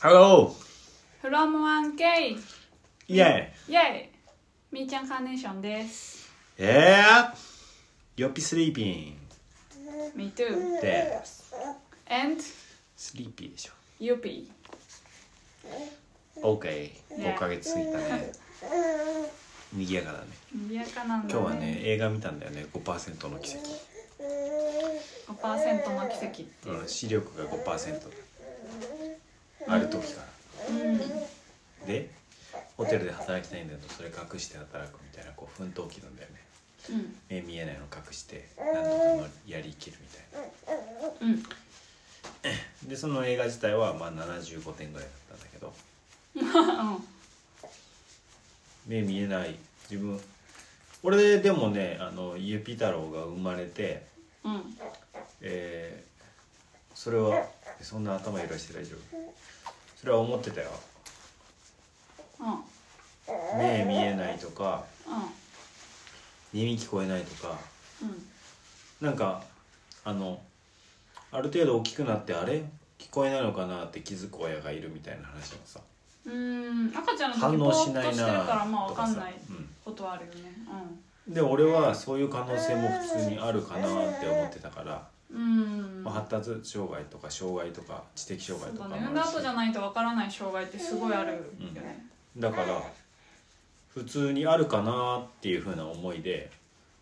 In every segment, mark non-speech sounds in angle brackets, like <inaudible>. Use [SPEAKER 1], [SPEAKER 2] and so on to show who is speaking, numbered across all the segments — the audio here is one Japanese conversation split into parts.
[SPEAKER 1] Hello!
[SPEAKER 2] from 1K
[SPEAKER 1] イェ
[SPEAKER 2] イェイみーちゃんカーネーションです
[SPEAKER 1] イ Yeah! よっぴスリーピン
[SPEAKER 2] Me too
[SPEAKER 1] で、
[SPEAKER 2] and
[SPEAKER 1] スリーピーでしょ。
[SPEAKER 2] you p
[SPEAKER 1] OK。
[SPEAKER 2] Yeah
[SPEAKER 1] 5ヶ月過ぎたね。賑やかだね。
[SPEAKER 2] にぎやかなんだ
[SPEAKER 1] 今日はね、映画見たんだよね。5%の奇跡。
[SPEAKER 2] 5%の奇跡っていう
[SPEAKER 1] うん、視力が5%ある時から。で、ホテルで働きたいんだけど、それ隠して働くみたいな、こう、奮闘期なんだよね。
[SPEAKER 2] うん
[SPEAKER 1] 目見えないの隠して、なんとかのやりきるみたいな。
[SPEAKER 2] うん
[SPEAKER 1] でその映画自体はまあ75点ぐらいだったんだけど目見えない自分俺でもねあのゆぴ太郎が生まれて、
[SPEAKER 2] うん
[SPEAKER 1] えーそれはそんな頭揺らして大丈夫それは思ってたよ
[SPEAKER 2] うん
[SPEAKER 1] 目見えないとか
[SPEAKER 2] うん
[SPEAKER 1] 耳聞こえないとか
[SPEAKER 2] うん
[SPEAKER 1] なんかあのある程度大きくなってあれ聞こえないのかなって気づく親がいるみたいな話もさ
[SPEAKER 2] うーん赤ちゃんの時
[SPEAKER 1] 反
[SPEAKER 2] ぼ
[SPEAKER 1] 応
[SPEAKER 2] ー
[SPEAKER 1] し
[SPEAKER 2] っと
[SPEAKER 1] ないな
[SPEAKER 2] してるからまあ
[SPEAKER 1] と
[SPEAKER 2] わ
[SPEAKER 1] か
[SPEAKER 2] か
[SPEAKER 1] さ
[SPEAKER 2] んない
[SPEAKER 1] うん
[SPEAKER 2] ことはあるよね
[SPEAKER 1] で俺はそういう可能性も普通にあるかなって思ってたから、
[SPEAKER 2] うんうん
[SPEAKER 1] まあ、発達障害とか障害とか知的障害
[SPEAKER 2] そう
[SPEAKER 1] と
[SPEAKER 2] だ
[SPEAKER 1] か
[SPEAKER 2] ね
[SPEAKER 1] も
[SPEAKER 2] 産ん
[SPEAKER 1] あ
[SPEAKER 2] だ
[SPEAKER 1] るし
[SPEAKER 2] 後じゃないとわからない障害ってすごいあるよね
[SPEAKER 1] だから普通にあるかなっていうふうな思いで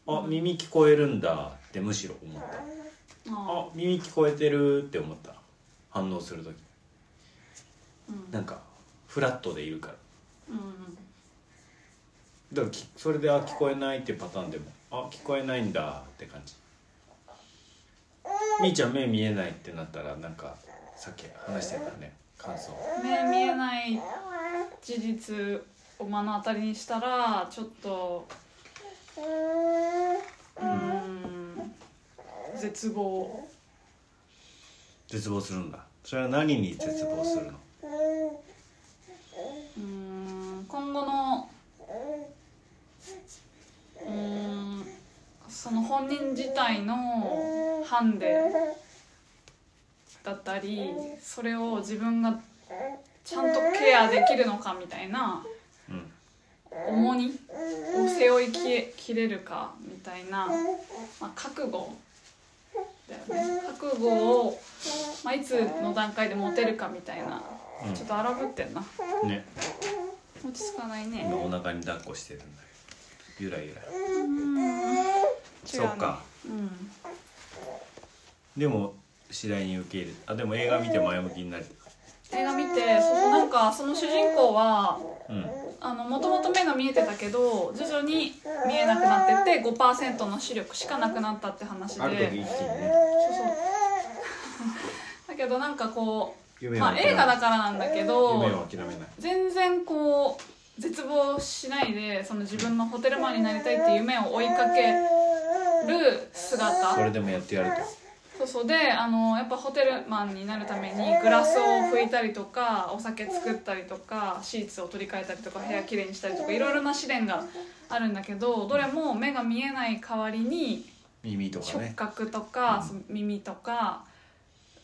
[SPEAKER 1] あ耳聞こえるんだってむしろ思った
[SPEAKER 2] あ
[SPEAKER 1] あ耳聞こえてるって思った反応する時
[SPEAKER 2] うん
[SPEAKER 1] なんかフラットでいるから
[SPEAKER 2] うんうん
[SPEAKER 1] だからきそれであ聞こえないってパターンでもあ聞こえないんだって感じみーちゃん目見えないってなったらなんかさっき話してたね感想
[SPEAKER 2] 目見えない事実を目の当たりにしたらちょっとうーん絶望
[SPEAKER 1] 絶望するんだそれは何に絶望するの
[SPEAKER 2] うーん今後のうーんその本人自体のハンデだったりそれを自分がちゃんとケアできるのかみたいな
[SPEAKER 1] うん
[SPEAKER 2] 重荷を背負いきれるかみたいな、まあ、覚悟だよね覚悟を、まあ、いつの段階で持てるかみたいな
[SPEAKER 1] うん
[SPEAKER 2] ちょっと荒ぶってんな
[SPEAKER 1] ね
[SPEAKER 2] 落ち着かないね
[SPEAKER 1] 今お腹に抱っこしてるんだけどゆらゆら
[SPEAKER 2] 違う
[SPEAKER 1] そうか
[SPEAKER 2] うん
[SPEAKER 1] でも次第に受け入れあでも映画見て前向きになれた
[SPEAKER 2] 映画見てそうそうなんかその主人公は
[SPEAKER 1] うん
[SPEAKER 2] あのもともと目が見えてたけど徐々に見えなくなってって5%の視力しかなくなったって話
[SPEAKER 1] ある時一気
[SPEAKER 2] で
[SPEAKER 1] にね
[SPEAKER 2] そうそうだけどなんかこう、
[SPEAKER 1] 夢
[SPEAKER 2] ま
[SPEAKER 1] は
[SPEAKER 2] あ、
[SPEAKER 1] 諦め
[SPEAKER 2] 映画だからなんだけど
[SPEAKER 1] 夢を諦めない
[SPEAKER 2] 全然こう絶望しないでその自分のホテルマンになりたいっていう夢を追いかける姿
[SPEAKER 1] それでもやってやると
[SPEAKER 2] そうそうであのやっぱホテルマンになるためにグラスを拭いたりとかお酒作ったりとかシーツを取り替えたりとか部屋きれいにしたりとかいろいろな試練があるんだけどどれも目が見えない代わりに
[SPEAKER 1] 耳とか
[SPEAKER 2] 触
[SPEAKER 1] ね
[SPEAKER 2] 覚とかその耳とか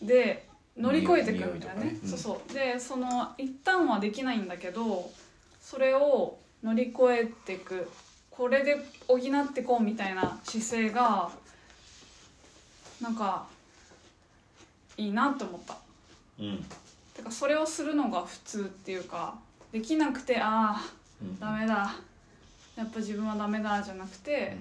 [SPEAKER 2] で乗り越えていくみたいな
[SPEAKER 1] 匂い
[SPEAKER 2] ね
[SPEAKER 1] とかねうん
[SPEAKER 2] そうそうでその一旦はできないんだけどそれを乗り越えていくこれで補ってこうみたいな姿勢がなんかいいなと思った
[SPEAKER 1] うん
[SPEAKER 2] てかそれをするのが普通っていうかできなくてああ
[SPEAKER 1] うん
[SPEAKER 2] ダメだやっぱ自分はダメだじゃなくて、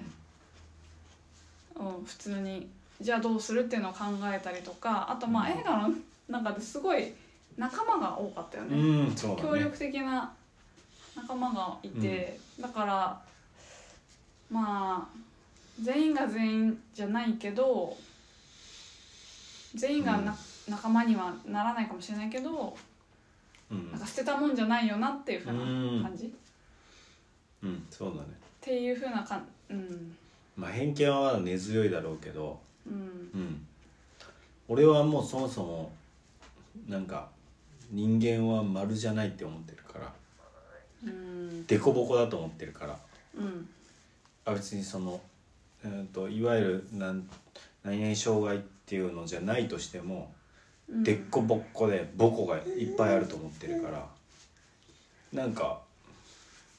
[SPEAKER 1] うん
[SPEAKER 2] うん、普通にじゃあどうするっていうのを考えたりとかあとまあ映画の <laughs> 中ですごい仲間が多かったよね、
[SPEAKER 1] うんそうだ
[SPEAKER 2] 協
[SPEAKER 1] ね
[SPEAKER 2] 力的な仲間がいて、だからまあ全員が全員じゃないけど全員がな、仲間にはならないかもしれないけど、
[SPEAKER 1] うん
[SPEAKER 2] なんか捨てたもんじゃないよなっていうふうな感じ、っ
[SPEAKER 1] うんそうだね
[SPEAKER 2] ていうふうなかんうん
[SPEAKER 1] まあ偏見はまだ根強いだろうけど
[SPEAKER 2] うん
[SPEAKER 1] うん俺はもうそもそもなんか人間は丸じゃないって思ってるから
[SPEAKER 2] うん
[SPEAKER 1] 凸凹だと思ってるから
[SPEAKER 2] うん
[SPEAKER 1] あ別にその、うん、といわゆるなん何々障害っていうのじゃないとしても
[SPEAKER 2] うん
[SPEAKER 1] でっこぼっこでボコがいっぱいあると思ってるからなんか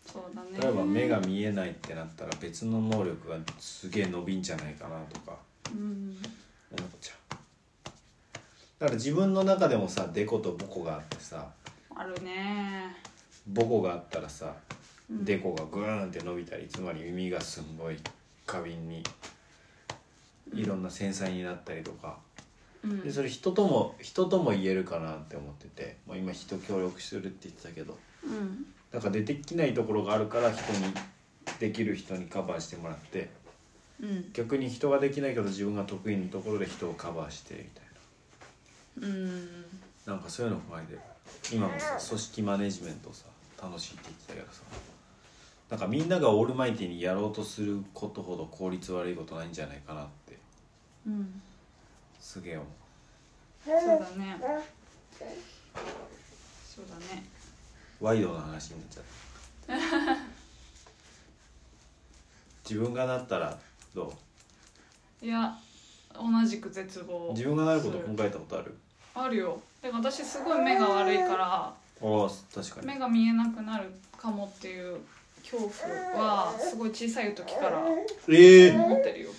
[SPEAKER 2] そうだね
[SPEAKER 1] 例えば目が見えないってなったら別の能力がすげえ伸びんじゃないかなとか
[SPEAKER 2] うん
[SPEAKER 1] 思っちゃうだから自分の中でもさデコとボコがあってさ
[SPEAKER 2] あるね
[SPEAKER 1] ボコがあったらさ
[SPEAKER 2] うん
[SPEAKER 1] デコがグーンって伸びたりつまり耳がすんごい過敏にいろんな繊細になったりとか
[SPEAKER 2] うん
[SPEAKER 1] でそれ人とも人とも言えるかなって思ってて、まあ、今人協力するって言ってたけど
[SPEAKER 2] うん
[SPEAKER 1] だから出てきないところがあるから人にできる人にカバーしてもらって
[SPEAKER 2] うん
[SPEAKER 1] 逆に人ができないけど自分が得意なところで人をカバーしてみたい
[SPEAKER 2] うん
[SPEAKER 1] ななんかそういうの考えて今もさ組織マネジメントさ楽しいって言ってたけどさなんかみんながオールマイティにやろうとすることほど効率悪いことないんじゃないかなって
[SPEAKER 2] うん
[SPEAKER 1] すげえ思う
[SPEAKER 2] そうだねそうだね
[SPEAKER 1] ワイドな話になっちゃった自分がなったらどう
[SPEAKER 2] いや同じく絶望
[SPEAKER 1] 自分がなること考えたことある
[SPEAKER 2] あるよで私すごい目が悪いから
[SPEAKER 1] ああ確かに
[SPEAKER 2] 目が見えなくなるかもっていう恐怖はすごい小さい時から
[SPEAKER 1] ええ
[SPEAKER 2] 思ってるよ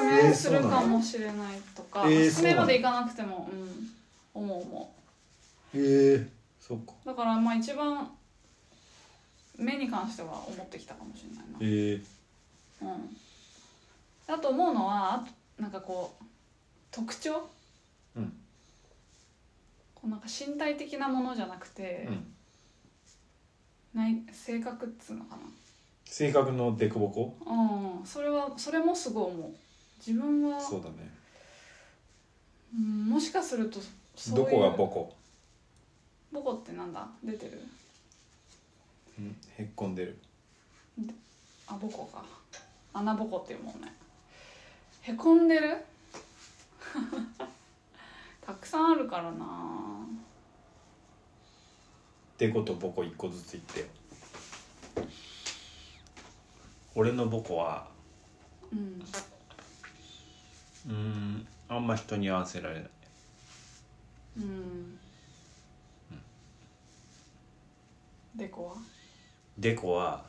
[SPEAKER 2] あ失明するかもしれないとか、
[SPEAKER 1] えー
[SPEAKER 2] 失
[SPEAKER 1] そうな
[SPEAKER 2] 明
[SPEAKER 1] の
[SPEAKER 2] までいかなくても、うん、思う思
[SPEAKER 1] ええそっか
[SPEAKER 2] うだからまあ一番目に関しては思ってきたかもしれないな
[SPEAKER 1] ええ
[SPEAKER 2] うん、だと思うのはあとなんかこう特徴、
[SPEAKER 1] うん
[SPEAKER 2] こうなんか身体的なものじゃなくて、
[SPEAKER 1] うん
[SPEAKER 2] ない性格っつうのか
[SPEAKER 1] 性格の凸凹
[SPEAKER 2] な、うん、それはそれもすごい思う自分は
[SPEAKER 1] そうだね
[SPEAKER 2] うん、もしかするとそういう
[SPEAKER 1] どこがボコ、
[SPEAKER 2] ボコってなんだ出てる
[SPEAKER 1] うん、へっこんでる
[SPEAKER 2] あボコか穴ボコっていうもんねへこんでる <laughs> たくさんあるからな
[SPEAKER 1] デコとボコ一個ずつ言ってよ俺のボコは
[SPEAKER 2] うん
[SPEAKER 1] うーんあんま人に合わせられない
[SPEAKER 2] うんでこは
[SPEAKER 1] デコは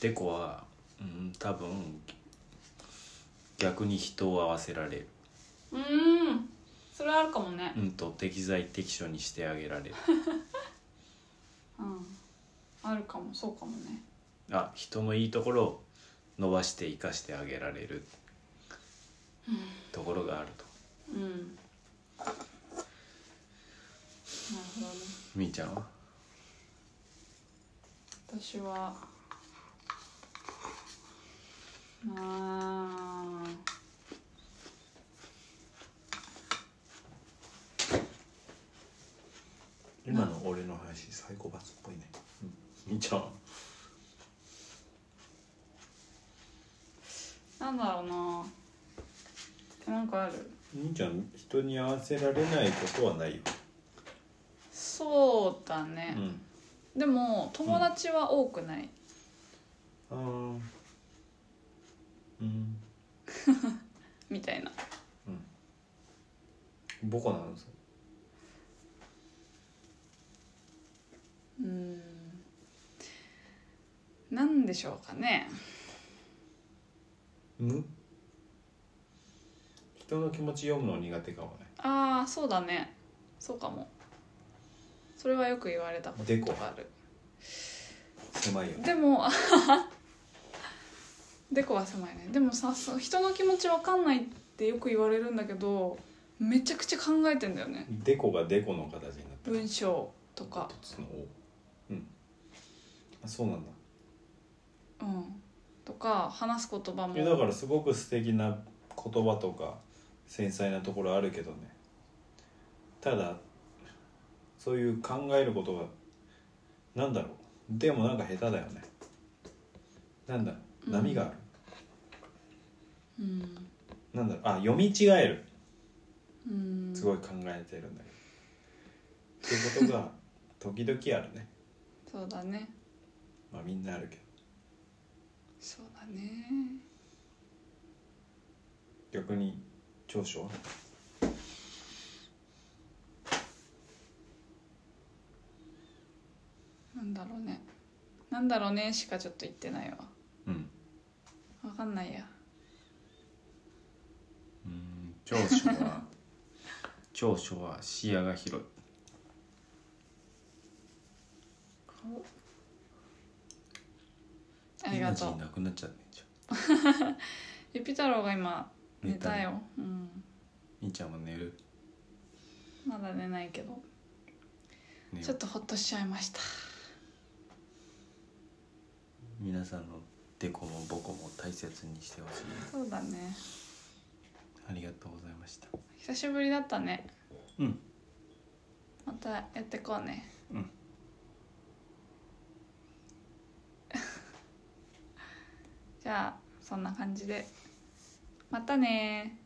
[SPEAKER 1] デコはうん多分逆に人を合わせられる
[SPEAKER 2] うーんそれはあるかもね
[SPEAKER 1] うんと適材適所にしてあげられる
[SPEAKER 2] うんあるかもそうかもね
[SPEAKER 1] あ人のいいところを伸ばして生かしてあげられるところがあると
[SPEAKER 2] うんなるほどね
[SPEAKER 1] みーちゃんは
[SPEAKER 2] 私はあー
[SPEAKER 1] 今の俺の話サイコパスっぽいね、みーちゃんは
[SPEAKER 2] なんだろうななんかある
[SPEAKER 1] みーちゃん人に合わせられないことはないよ、
[SPEAKER 2] そうだ
[SPEAKER 1] う
[SPEAKER 2] ね、
[SPEAKER 1] ん、
[SPEAKER 2] でも友達は多くない、
[SPEAKER 1] あーうん
[SPEAKER 2] みたいな
[SPEAKER 1] ボコなんですよ
[SPEAKER 2] うんなんでしょうかね
[SPEAKER 1] 無人の気持ち読むの苦手かもね
[SPEAKER 2] ああそうだねそうかもそれはよく言われたこと
[SPEAKER 1] でこ
[SPEAKER 2] がある
[SPEAKER 1] 狭いよね
[SPEAKER 2] でもあは <laughs> はでこは狭いねでもさそう人の気持ちわかんないってよく言われるんだけどめちゃくちゃ考えてんだよね
[SPEAKER 1] デコがデコの形になった
[SPEAKER 2] 文章とか
[SPEAKER 1] 一つの王うんあそうなんだ
[SPEAKER 2] うんとか話す言葉も
[SPEAKER 1] いやだからすごく素敵な言葉とか繊細なところあるけどねただそういう考えることがなんだろうでもなんか下手だよねなんだろう波がある、
[SPEAKER 2] うん
[SPEAKER 1] なんだろうあ読み違える
[SPEAKER 2] うん
[SPEAKER 1] すごい考えてるんだけど、っていう
[SPEAKER 2] <laughs>
[SPEAKER 1] ことが時々あるね
[SPEAKER 2] そうだね
[SPEAKER 1] まあみんなあるけ
[SPEAKER 2] そうだね
[SPEAKER 1] 逆に長所は
[SPEAKER 2] なんだろうねなんだろうねしかちょっと言ってないわ
[SPEAKER 1] うん
[SPEAKER 2] わかんないや
[SPEAKER 1] うん長所は長所は視野が広い
[SPEAKER 2] 顔あり
[SPEAKER 1] エ
[SPEAKER 2] がとう
[SPEAKER 1] ナジーなくなっちゃってんじゃん
[SPEAKER 2] ゆぴ太郎が今寝たようん
[SPEAKER 1] みーちゃんも寝る
[SPEAKER 2] まだ寝ないけど
[SPEAKER 1] 寝よ
[SPEAKER 2] ちょ
[SPEAKER 1] う
[SPEAKER 2] っとほっとしちゃいました
[SPEAKER 1] 皆さんのデコもボコも大切にしてほしい
[SPEAKER 2] そうだね
[SPEAKER 1] ありがとうございました
[SPEAKER 2] 久しぶりだったね
[SPEAKER 1] うん
[SPEAKER 2] またやってこうね
[SPEAKER 1] うん
[SPEAKER 2] じゃあそんな感じでまたねー